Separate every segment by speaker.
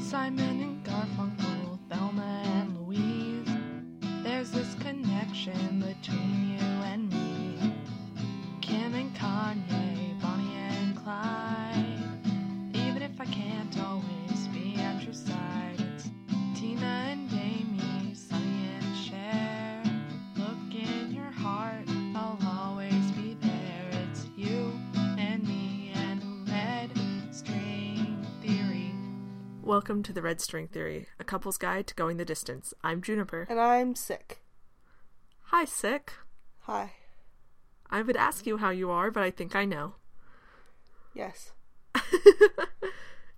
Speaker 1: Simon and Garfunkel, Thelma and Louise. There's this connection between you and me. Kim and Kanye, Bonnie and Clyde. Even if I can't always be at your side, it's Tina and Jamie, Sonny and Cher. Look in your heart, I'll always be there. It's you and me and Red String Theory.
Speaker 2: Welcome to the Red String Theory, a couple's guide to going the distance. I'm Juniper.
Speaker 3: And I'm sick.
Speaker 2: Hi, sick.
Speaker 3: Hi.
Speaker 2: I would ask you how you are, but I think I know.
Speaker 3: Yes.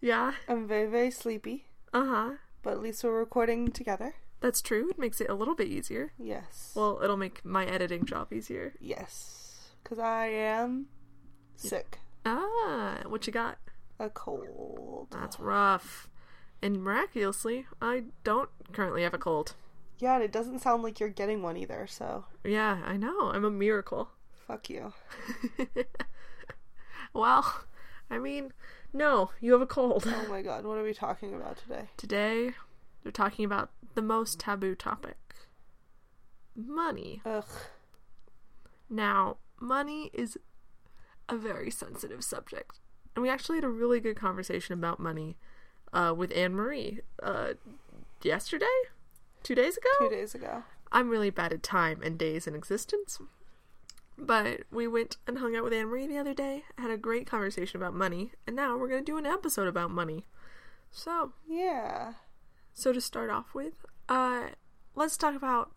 Speaker 2: Yeah.
Speaker 3: I'm very, very sleepy,
Speaker 2: Uh huh.
Speaker 3: but at least we're recording together.
Speaker 2: That's true. It makes it a little bit easier.
Speaker 3: Yes.
Speaker 2: Well, it'll make my editing job easier.
Speaker 3: yes. Because I am sick.
Speaker 2: Ah, what you got?
Speaker 3: A cold.
Speaker 2: That's rough. And miraculously, I don't currently have a cold.
Speaker 3: Yeah, and it doesn't sound like you're getting one either, so
Speaker 2: Yeah, I know. I'm a miracle.
Speaker 3: fuck you.
Speaker 2: well, I mean, no, you have a cold.
Speaker 3: Oh my god, what are we talking about today?
Speaker 2: Today, they're talking about the most taboo topic money.
Speaker 3: Ugh.
Speaker 2: Now, money is a very sensitive subject. And we actually had a really good conversation about money uh, with Anne Marie uh, yesterday? Two days ago?
Speaker 3: Two days ago.
Speaker 2: I'm really bad at time and days in existence. But we went and hung out with Anne Marie the other day, had a great conversation about money, and now we're going to do an episode about money. So,
Speaker 3: Yeah.
Speaker 2: so to start off with, uh, let's talk about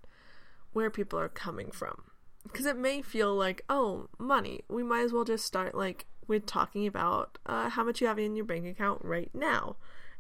Speaker 2: where people are coming from, because it may feel like, oh, money. We might as well just start like with talking about uh, how much you have in your bank account right now,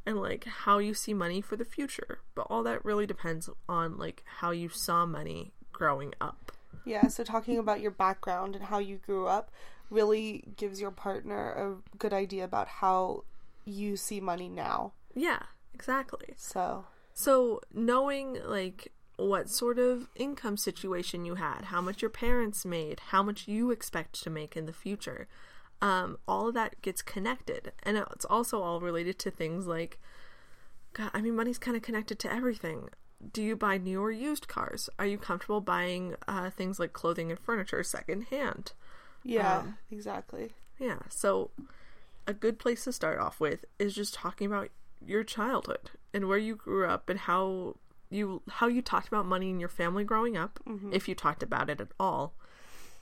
Speaker 2: and like how you see money for the future. But all that really depends on like how you saw money growing up.
Speaker 3: Yeah, so talking about your background and how you grew up really gives your partner a good idea about how you see money now.
Speaker 2: Yeah, exactly.
Speaker 3: So,
Speaker 2: So knowing like what sort of income situation you had, how much your parents made, how much you expect to make in the future, um, all of that gets connected, and it's also all related to things like, God, I mean, money's kind of connected to everything. Do you buy new or used cars? Are you comfortable buying uh, things like clothing and furniture secondhand?
Speaker 3: yeah, exactly.
Speaker 2: Yeah, so a good place to start off with is just talking about your childhood and where you grew up and how you how you talked about money in your family growing up, if you talked about it at all,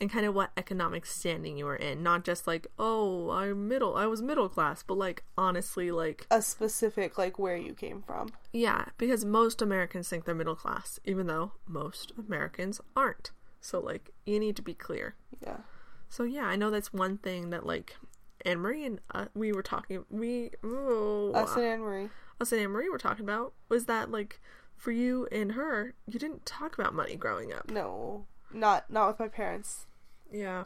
Speaker 2: and kind of what economic standing you were in, not just like, oh, I'm middle, I was middle class, but like honestly like
Speaker 3: a specific like where you came from.
Speaker 2: yeah, because most Americans think they're middle class, even though most Americans aren't. So like you need to be clear.
Speaker 3: Yeah.
Speaker 2: So yeah, I know that's one thing that like Anne Marie and uh, we were talking we ooh,
Speaker 3: Us and Anne Marie.
Speaker 2: us and Anne Marie were talking about was that like for you and her you didn't talk about money growing up.
Speaker 3: No. Not not with my parents.
Speaker 2: Yeah,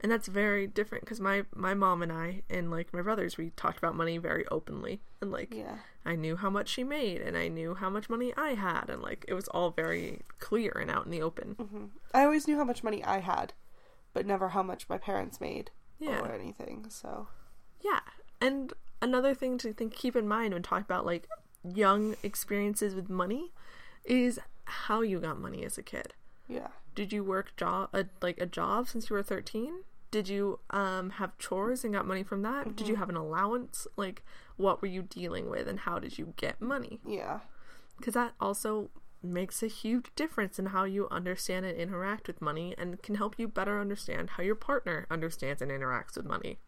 Speaker 2: and that's very different because my my mom and I and like my brothers we talked about money very openly and like
Speaker 3: Yeah.
Speaker 2: I knew how much she made and I knew how much money I had and like it was all very clear and out in the open.
Speaker 3: I always knew how much money I had, but never how much my parents made
Speaker 2: Yeah.
Speaker 3: or anything. So
Speaker 2: Yeah. And another thing to think keep in mind when talking about like young experiences with money is how you got money as a kid.
Speaker 3: yeah.
Speaker 2: Did you work job a, like a job since you were 13? Did you um have chores and got money from that? Did you have an allowance? Like what were you dealing with and how did you get money?
Speaker 3: Yeah.
Speaker 2: Cuz that also makes a huge difference in how you understand and interact with money and can help you better understand how your partner understands and interacts with money.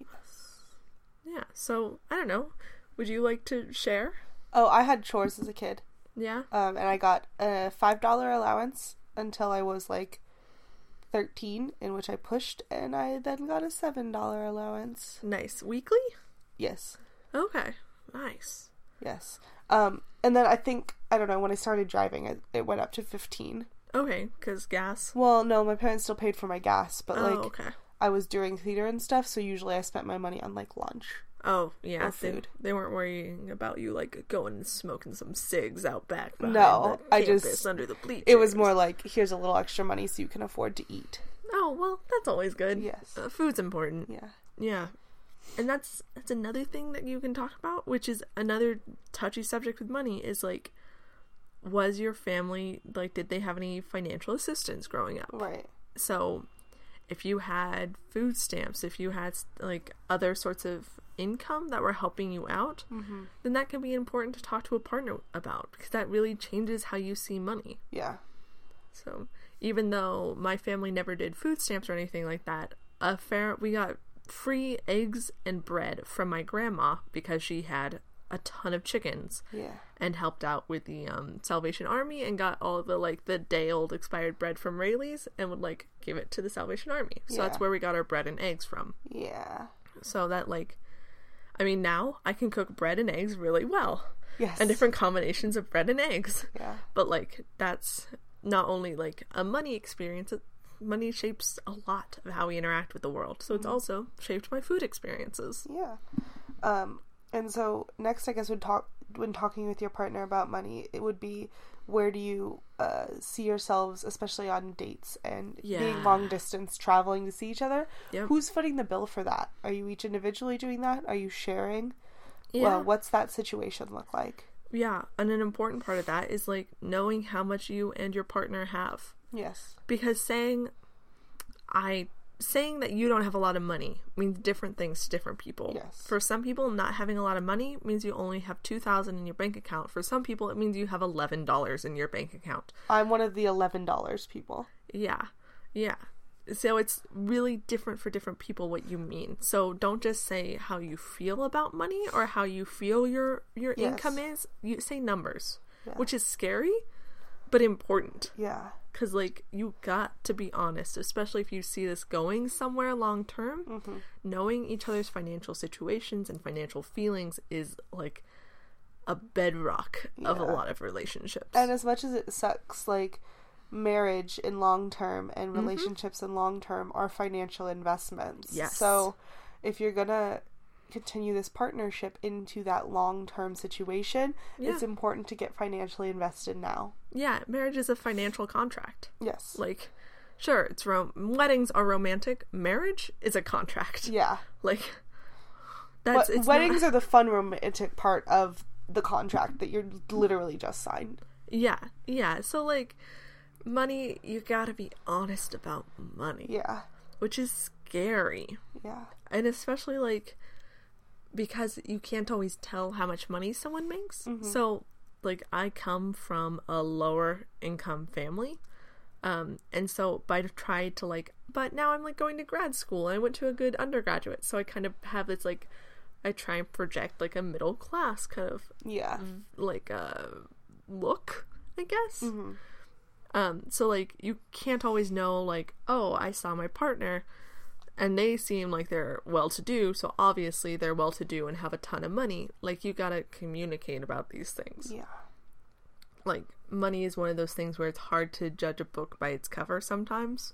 Speaker 2: Yeah, so I don't know. Would you like to share?
Speaker 3: Oh, I had chores as a kid.
Speaker 2: Yeah.
Speaker 3: Um and I got a five dollar allowance until I was like thirteen, in which I pushed and I then got a seven dollar allowance.
Speaker 2: Nice. Weekly?
Speaker 3: Yes.
Speaker 2: Okay. Nice.
Speaker 3: Yes. Um and then I think I don't know, when I started driving it, it went up to fifteen.
Speaker 2: Okay, because gas.
Speaker 3: Well, no, my parents still paid for my gas, but
Speaker 2: oh,
Speaker 3: like
Speaker 2: okay.
Speaker 3: I was doing theater and stuff, so usually I spent my money on like lunch.
Speaker 2: Oh, yeah.
Speaker 3: or
Speaker 2: they-
Speaker 3: food.
Speaker 2: They, weren't worrying about you, like, going and smoking some cigs out back. behind
Speaker 3: No,
Speaker 2: the
Speaker 3: I just-
Speaker 2: campus under the bleachers.
Speaker 3: It was more like here's a little extra money so you can afford to eat.
Speaker 2: Oh, well, that's always good.
Speaker 3: Yes.
Speaker 2: Uh, food's important.
Speaker 3: Yeah.
Speaker 2: Yeah. and that's that's another thing that you can talk about which is another touchy subject with money is like was your family like did they have any financial assistance growing up
Speaker 3: Right.
Speaker 2: so if you had food stamps if you had like other sorts of income that were helping you out then that can be important to talk to a partner about because that really changes how you see money
Speaker 3: Yeah.
Speaker 2: so even though my family never did food stamps or anything like that, a fair we got free eggs and bread from my grandma because she had a ton of chickens
Speaker 3: Yeah.
Speaker 2: and helped out with the um, Salvation Army and got all the like the day old expired bread from Rayleigh's and would like give it to the Salvation Army. So
Speaker 3: Yeah.
Speaker 2: that's where we got our bread and eggs from.
Speaker 3: Yeah.
Speaker 2: So that like I mean now I can cook bread and eggs really well.
Speaker 3: Yes.
Speaker 2: And different combinations of bread and eggs
Speaker 3: Yeah.
Speaker 2: but like that's not only like a money experience it- money shapes a lot of how we interact with the world so it's also shaped my food experiences
Speaker 3: Yeah. Um, and so next, I guess, would talk when talking with your partner about money, it would be where do you uh, see yourselves, especially on dates and being
Speaker 2: Yeah.
Speaker 3: long distance traveling to see each other?
Speaker 2: Yep.
Speaker 3: Who's footing the bill for that? Are you each individually doing that? Are you sharing?
Speaker 2: yeah
Speaker 3: Well, what's that situation look like?
Speaker 2: yeah and an important part of that is like knowing how much you and your partner have
Speaker 3: Yes.
Speaker 2: because saying i saying that you don't have a lot of money means different things to different people
Speaker 3: Yes.
Speaker 2: for some people not having a lot of money means you only have 2000 in your bank account for some people it means you have $11 in your bank account
Speaker 3: I'm one of the $11 people.
Speaker 2: Yeah. Yeah. So it's really different for different people what you mean. So don't just say how you feel about money or how you feel your your
Speaker 3: Yes.
Speaker 2: income is. You say numbers,
Speaker 3: Yeah.
Speaker 2: which is scary but important
Speaker 3: Yeah.
Speaker 2: cuz like you got to be honest, especially if you see this going somewhere long term.
Speaker 3: Mm-hmm.
Speaker 2: Knowing each other's financial situations and financial feelings is like a bedrock of a
Speaker 3: Yeah.
Speaker 2: lot of relationships.
Speaker 3: and as much as it sucks like marriage in long term and
Speaker 2: Mm-hmm.
Speaker 3: relationships in long term are financial investments
Speaker 2: Yes.
Speaker 3: so if you're gonna continue this partnership into that long term situation it's
Speaker 2: Yeah.
Speaker 3: important to get financially invested now
Speaker 2: yeah, marriage is a financial contract.
Speaker 3: yes
Speaker 2: Like, sure, it's rom- weddings are romantic. Marriage is a contract.
Speaker 3: yeah
Speaker 2: Like,
Speaker 3: but
Speaker 2: that's it's not-
Speaker 3: weddings are the fun romantic part of the contract that you're literally just signed
Speaker 2: yeah, yeah. So like, money. You gotta be honest about money,
Speaker 3: yeah
Speaker 2: which is scary,
Speaker 3: yeah
Speaker 2: and especially like because you can't always tell how much money someone makes. So like, I come from a lower income family. Um, and so by try to like, but now I'm like going to grad school and I went to a good undergraduate. So I kind of have this like, I try and project like a middle class kind of
Speaker 3: yeah
Speaker 2: like a look, I guess. Um, so like you can't always know like, oh, I saw my partner and they seem like they're well to do, so obviously they're well to do and have a ton of money. Like you gotta communicate about these things.
Speaker 3: yeah
Speaker 2: Like money is one of those things where it's hard to judge a book by its cover sometimes.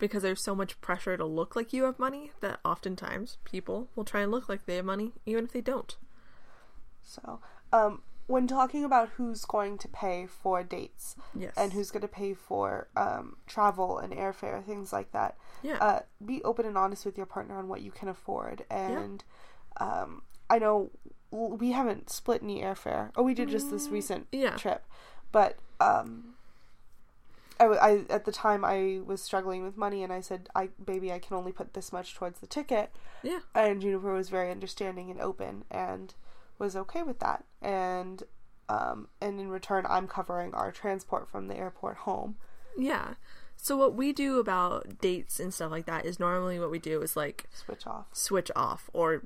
Speaker 2: Because there's so much pressure to look like you have money that oftentimes people will try and look like they have money even if they don't.
Speaker 3: So, um, when talking about who's going to pay for dates
Speaker 2: Yes.
Speaker 3: and who's going to pay for um, travel and airfare, things like that,
Speaker 2: Yeah.
Speaker 3: uh, be open and honest with your partner on what you can afford. And um, I know w- we haven't split any airfare. Oh, we did just this recent
Speaker 2: Mm, yeah.
Speaker 3: trip, but um, I, w- I- at the time I was struggling with money, and I said, "I baby, I can only put this much towards the ticket."
Speaker 2: yeah.
Speaker 3: and Juniper was very understanding and open and was okay with that. And um, and in return, I'm covering our transport from the airport home.
Speaker 2: Yeah. So what we do about dates and stuff like that is normally what we do is like
Speaker 3: Switch off.
Speaker 2: switch off or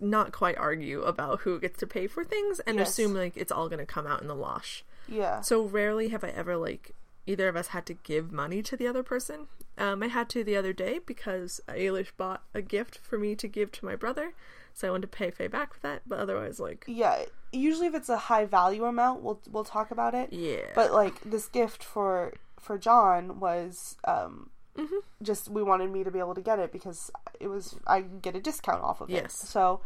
Speaker 2: not quite argue about who gets to pay for things and
Speaker 3: Yes.
Speaker 2: assume like it's all going to come out in the wash.
Speaker 3: Yeah.
Speaker 2: So rarely have I ever like either of us had to give money to the other person. Um, I had to the other day because Ailish bought a gift for me to give to my brother, so I wanted to pay Faye back for that. But otherwise, like
Speaker 3: yeah. Usually, if it's a high value amount, we'll we'll talk about it.
Speaker 2: yeah,
Speaker 3: But like this gift for for John was um,
Speaker 2: Mm-hmm.
Speaker 3: just we wanted me to be able to get it because it was I get a discount off of it.
Speaker 2: Yes.
Speaker 3: So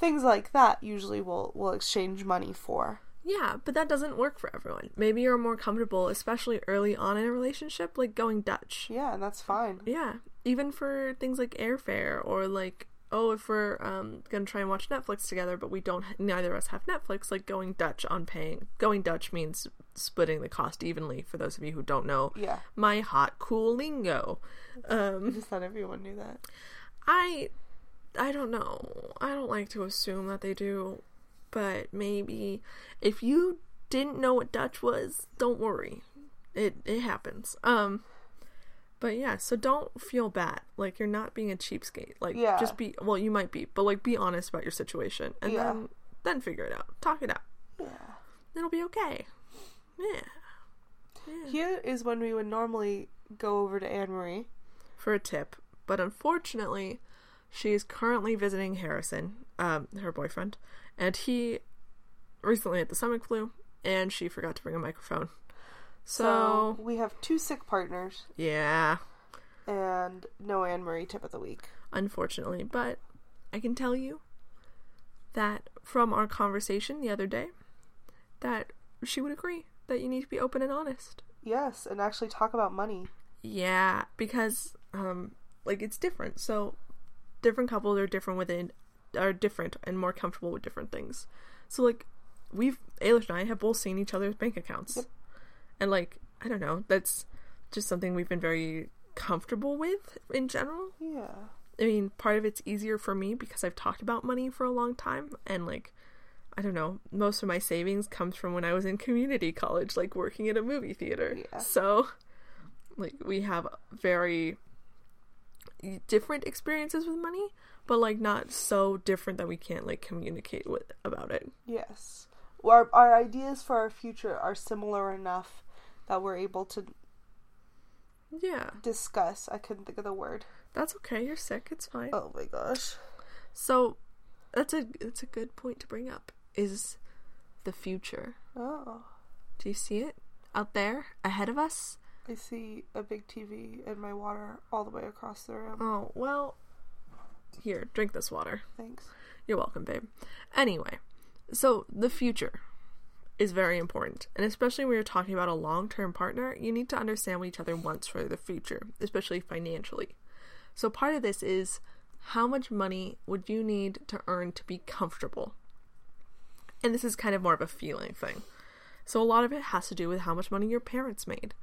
Speaker 3: things like that usually we'll we'll exchange money for.
Speaker 2: Yeah, but that doesn't work for everyone. Maybe you're more comfortable, especially early on in a relationship, like going Dutch.
Speaker 3: Yeah, and that's fine.
Speaker 2: Yeah, even for things like airfare or like oh, if we're um, gonna try and watch Netflix together, but we don't, neither of us have Netflix, like going Dutch on paying. Going Dutch means splitting the cost evenly. For those of you who don't know,
Speaker 3: Yeah.
Speaker 2: my hot cool lingo. Um,
Speaker 3: Just not everyone knew that.
Speaker 2: I, I don't know. I don't like to assume that they do, but maybe if you didn't know what Dutch was, don't worry. It it happens. Um. But yeah, so don't feel bad. Like you're not being a cheapskate. Like
Speaker 3: Yeah.
Speaker 2: just be well, you might be, but like be honest about your situation and
Speaker 3: Yeah.
Speaker 2: then then figure it out. Talk it out.
Speaker 3: Yeah.
Speaker 2: It'll be okay. Yeah.
Speaker 3: Here is when we would normally go over to Anne Marie.
Speaker 2: for a tip, but unfortunately, she is currently visiting Harrison, um, her boyfriend, and he recently had the stomach flu, and she forgot to bring a microphone. So,
Speaker 3: So Um, we have two sick partners
Speaker 2: yeah,
Speaker 3: and no Anne Marie tip of the week.
Speaker 2: unfortunately, but I can tell you that from our conversation the other day, that she would agree that you need to be open and honest.
Speaker 3: Yes, and actually talk about money.
Speaker 2: Yeah, because um like it's different. So different couples are different within are different and more comfortable with different things. So like we've Ailish and I have both seen each other's bank accounts. And like, I don't know, that's just something we've been very comfortable with in general.
Speaker 3: Yeah.
Speaker 2: I mean, part of it's easier for me because I've talked about money for a long time and like I don't know, most of my savings comes from when I was in community college, like working at a movie theater.
Speaker 3: Yeah.
Speaker 2: So like we have very different experiences with money, but like not so different that we can't like communicate with about it.
Speaker 3: Yes. Well, our, our ideas for our future are similar enough that we're able to
Speaker 2: Yeah.
Speaker 3: discuss. I couldn't think of the word.
Speaker 2: That's okay. You're sick. It's fine.
Speaker 3: Oh my gosh.
Speaker 2: So that's a that's a good point to bring up is the future.
Speaker 3: Oh.
Speaker 2: Do you see it out there ahead of us?
Speaker 3: I see a big TV and my water all the way across the room.
Speaker 2: Oh, well, here, drink this water.
Speaker 3: Thanks.
Speaker 2: You're welcome, babe. Anyway, so the future is very important. And especially when you're talking about a long term partner, you need to understand what each other wants for the future, especially financially. So part of this is how much money would you need to earn to be comfortable? And this is kind of more of a feeling thing. So a lot of it has to do with how much money your parents made,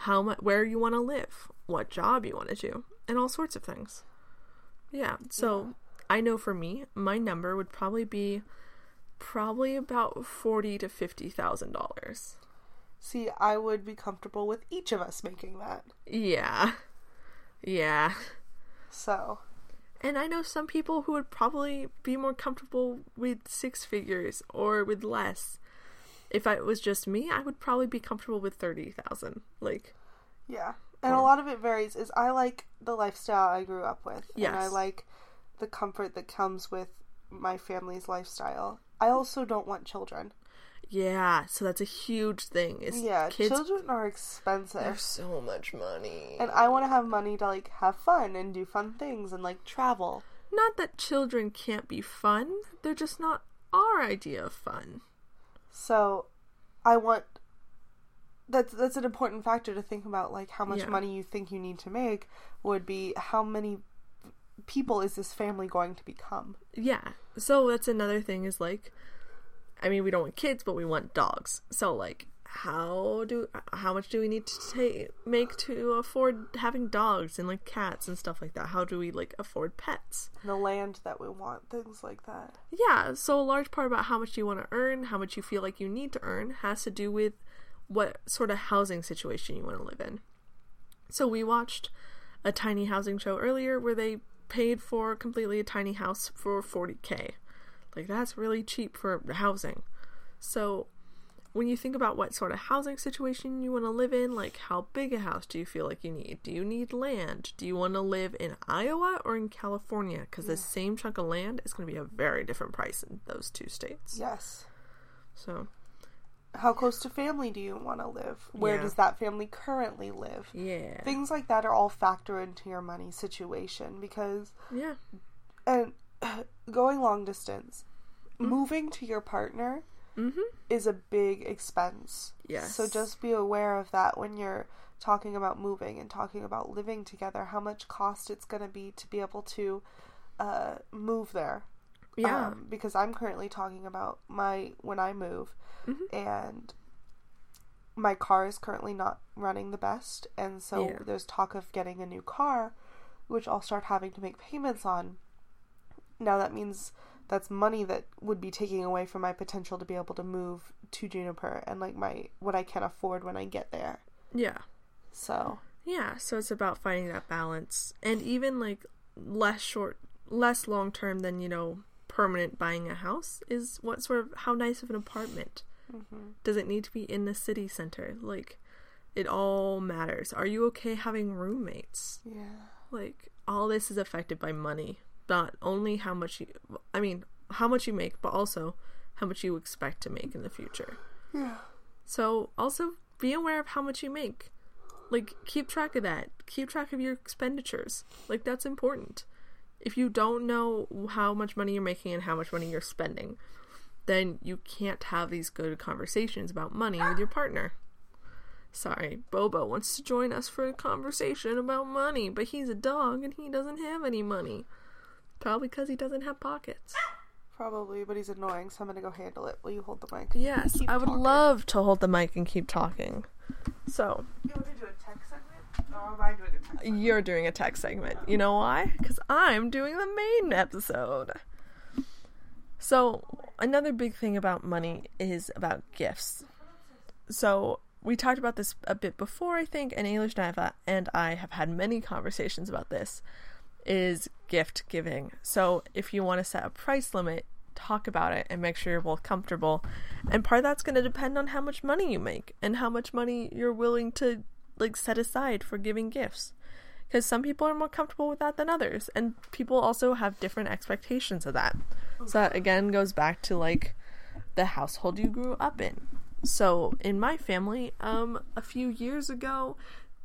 Speaker 2: how much where you want to live, what job you want to do, and all sorts of things. Yeah. So I know for me, my number would probably be probably about forty to fifty thousand dollars.
Speaker 3: See, I would be comfortable with each of us making that.
Speaker 2: Yeah. Yeah.
Speaker 3: So,
Speaker 2: And I know some people who would probably be more comfortable with six figures or with less. If I, it was just me, I would probably be comfortable with 30,000. Like,
Speaker 3: yeah. And a lot of it varies is I like the lifestyle I grew up with. And I
Speaker 2: Yes.
Speaker 3: like the comfort that comes with my family's lifestyle. I also don't want children.
Speaker 2: yeah, so that's a huge thing. Is
Speaker 3: Yeah,
Speaker 2: kids
Speaker 3: children are
Speaker 2: are
Speaker 3: expensive.
Speaker 2: so much money.
Speaker 3: And I want to have money to like have fun and do fun things and like travel.
Speaker 2: Not that children can't be fun, they're just not our idea of fun.
Speaker 3: So I want that's that's an important factor to think about like how much
Speaker 2: Yeah.
Speaker 3: money you think you need to make would be how many people is this family going to become?
Speaker 2: Yeah. So that's another thing is like I mean, we don't want kids, but we want dogs. So like how do how much do we need to take make to afford having dogs and like cats and stuff like that? How do we like afford pets?
Speaker 3: The land that we want, things like that.
Speaker 2: Yeah, so a large part about how much you want to earn, how much you feel like you need to earn, has to do with what sort of housing situation you want to live in. So we watched a tiny housing show earlier where they paid for completely a tiny house for 40k. Like that's really cheap for housing. So when you think about what sort of housing situation you want to live in, like how big a house do you feel like you need? Do you need land? Do you want to live in Iowa or in California? Because the same chunk of land is going to be a very different price in those two states.
Speaker 3: Yes.
Speaker 2: So,
Speaker 3: How close to family do you want to live? Where
Speaker 2: Yeah.
Speaker 3: does that family currently live?
Speaker 2: yeah.
Speaker 3: Things like that are all factor into your money situation because
Speaker 2: yeah.
Speaker 3: and going long distance,
Speaker 2: Mm-hmm.
Speaker 3: moving to your partner is a big expense.
Speaker 2: Yes.
Speaker 3: So just be aware of that when you're talking about moving and talking about living together, how much cost it's going to be to be able to uh, move there.
Speaker 2: Yeah.
Speaker 3: Um, because I'm currently talking about my when I move,
Speaker 2: Mm-hmm.
Speaker 3: and my car is currently not running the best, and so
Speaker 2: Yeah.
Speaker 3: there's talk of getting a new car, which I'll start having to make payments on. Now that means that's money that would be taking away from my potential to be able to move to Juniper and like my what I can afford when I get there.
Speaker 2: yeah.
Speaker 3: So
Speaker 2: Yeah, so it's about finding that balance and even like less short less long term than, you know, permanent buying a house is what sort of how nice of an apartment. Does it need to be in the city center? Like it all matters. Are you okay having roommates?
Speaker 3: yeah,
Speaker 2: Like all this is affected by money, not only how much you I mean, how much you make, but also how much you expect to make in the future.
Speaker 3: yeah,
Speaker 2: So also be aware of how much you make. Like keep track of that. Keep track of your expenditures. Like that's important. If you don't know how much money you're making and how much money you're spending, then you can't have these good conversations about money with your partner. Sorry, Bobo wants to join us for a conversation about money, but he's a dog and he doesn't have any money. Probably because he doesn't have pockets.
Speaker 3: probably. But he's annoying, so I'm gonna go handle it. Will you hold the mic?
Speaker 2: Yes, I would love to hold the mic and keep talking. So,
Speaker 3: You want to do a tech segment? Or am I doing a tech
Speaker 2: You're doing a tech segment. You know why? Because I'm doing the main episode. So, another big thing about money is about gifts. So, we talked about this a bit before, I think, and Ailish Naiva and I have had many conversations about this is gift giving. So, if you want to set a price limit, talk about it and make sure you're both comfortable. And part of that's going to depend on how much money you make and how much money you're willing to like set aside for giving gifts. Because some people are more comfortable with that than others, and people also have different expectations of that. So that again goes back to like the household you grew up in. So in my family, um, a few years ago,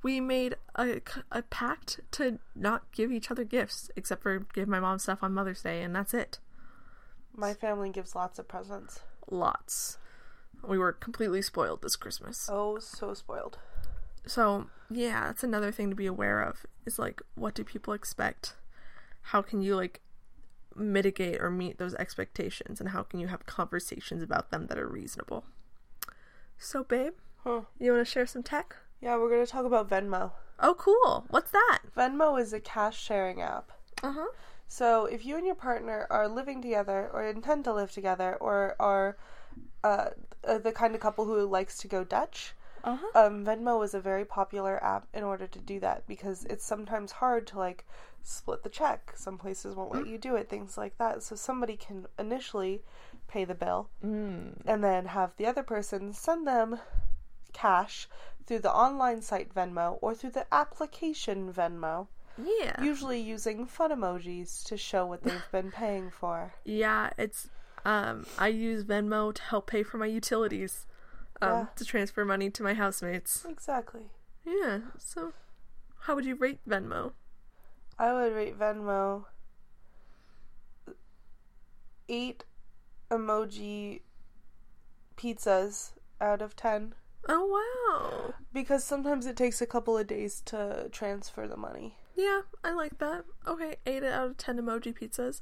Speaker 2: we made a, a pact to not give each other gifts, except for give my mom stuff on Mother's Day, and that's it.
Speaker 3: My family gives lots of presents.
Speaker 2: Lots. We were completely spoiled this Christmas.
Speaker 3: Oh, so spoiled.
Speaker 2: So yeah, that's another thing to be aware of is like what do people expect? How can you like mitigate or meet those expectations and how can you have conversations about them that are reasonable? So babe,
Speaker 3: Huh.
Speaker 2: you want to share some tech?
Speaker 3: Yeah, we're gonna talk about Venmo.
Speaker 2: Oh cool. What's that?
Speaker 3: Venmo is a cash sharing app.
Speaker 2: Uh-huh.
Speaker 3: So if you and your partner are living together, or intend to live together, or are uh, uh, the kind of couple who likes to go Dutch,
Speaker 2: Uh-huh.
Speaker 3: um, Venmo is a very popular app in order to do that because it's sometimes hard to like split the check. Some places won't let you do it, things like that. So somebody can initially pay the bill
Speaker 2: Mm.
Speaker 3: and then have the other person send them cash through the online site Venmo or through the application Venmo,
Speaker 2: Yeah.
Speaker 3: usually using fun emojis to show what they've been paying for.
Speaker 2: yeah, it's um I use Venmo to help pay for my utilities. Um,
Speaker 3: Yeah.
Speaker 2: to transfer money to my housemates.
Speaker 3: Exactly.
Speaker 2: Yeah. So how would you rate Venmo?
Speaker 3: I would rate Venmo eight emoji pizzas out of ten
Speaker 2: Oh wow.
Speaker 3: because sometimes it takes a couple of days to transfer the money.
Speaker 2: Yeah, I like that. Okay, 8 out of 10 emoji pizzas.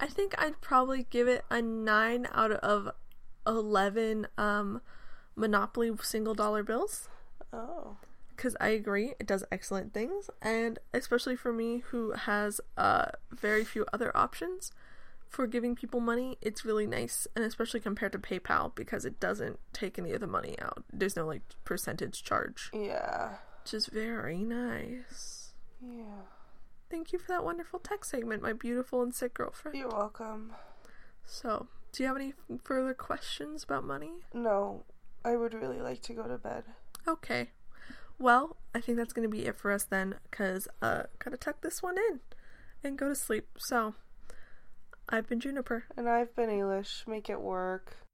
Speaker 2: I think I'd probably give it a 9 out of 11 um, Monopoly single dollar bills
Speaker 3: Oh,
Speaker 2: because I agree it does excellent things, and especially for me who has uh, very few other options for giving people money, it's really nice, and especially compared to PayPal because it doesn't take any of the money out. There's no like percentage charge,
Speaker 3: yeah,
Speaker 2: which is very nice.
Speaker 3: yeah.
Speaker 2: Thank you for that wonderful tech segment, my beautiful and sick girlfriend.
Speaker 3: You're welcome.
Speaker 2: So, do you have any f- further questions about money?
Speaker 3: No, I would really like to go to bed.
Speaker 2: Okay. Well, I think that's going to be it for us then, because uh, gotta tuck this one in and go to sleep. So, I've been Juniper.
Speaker 3: And I've been Elish. Make it work.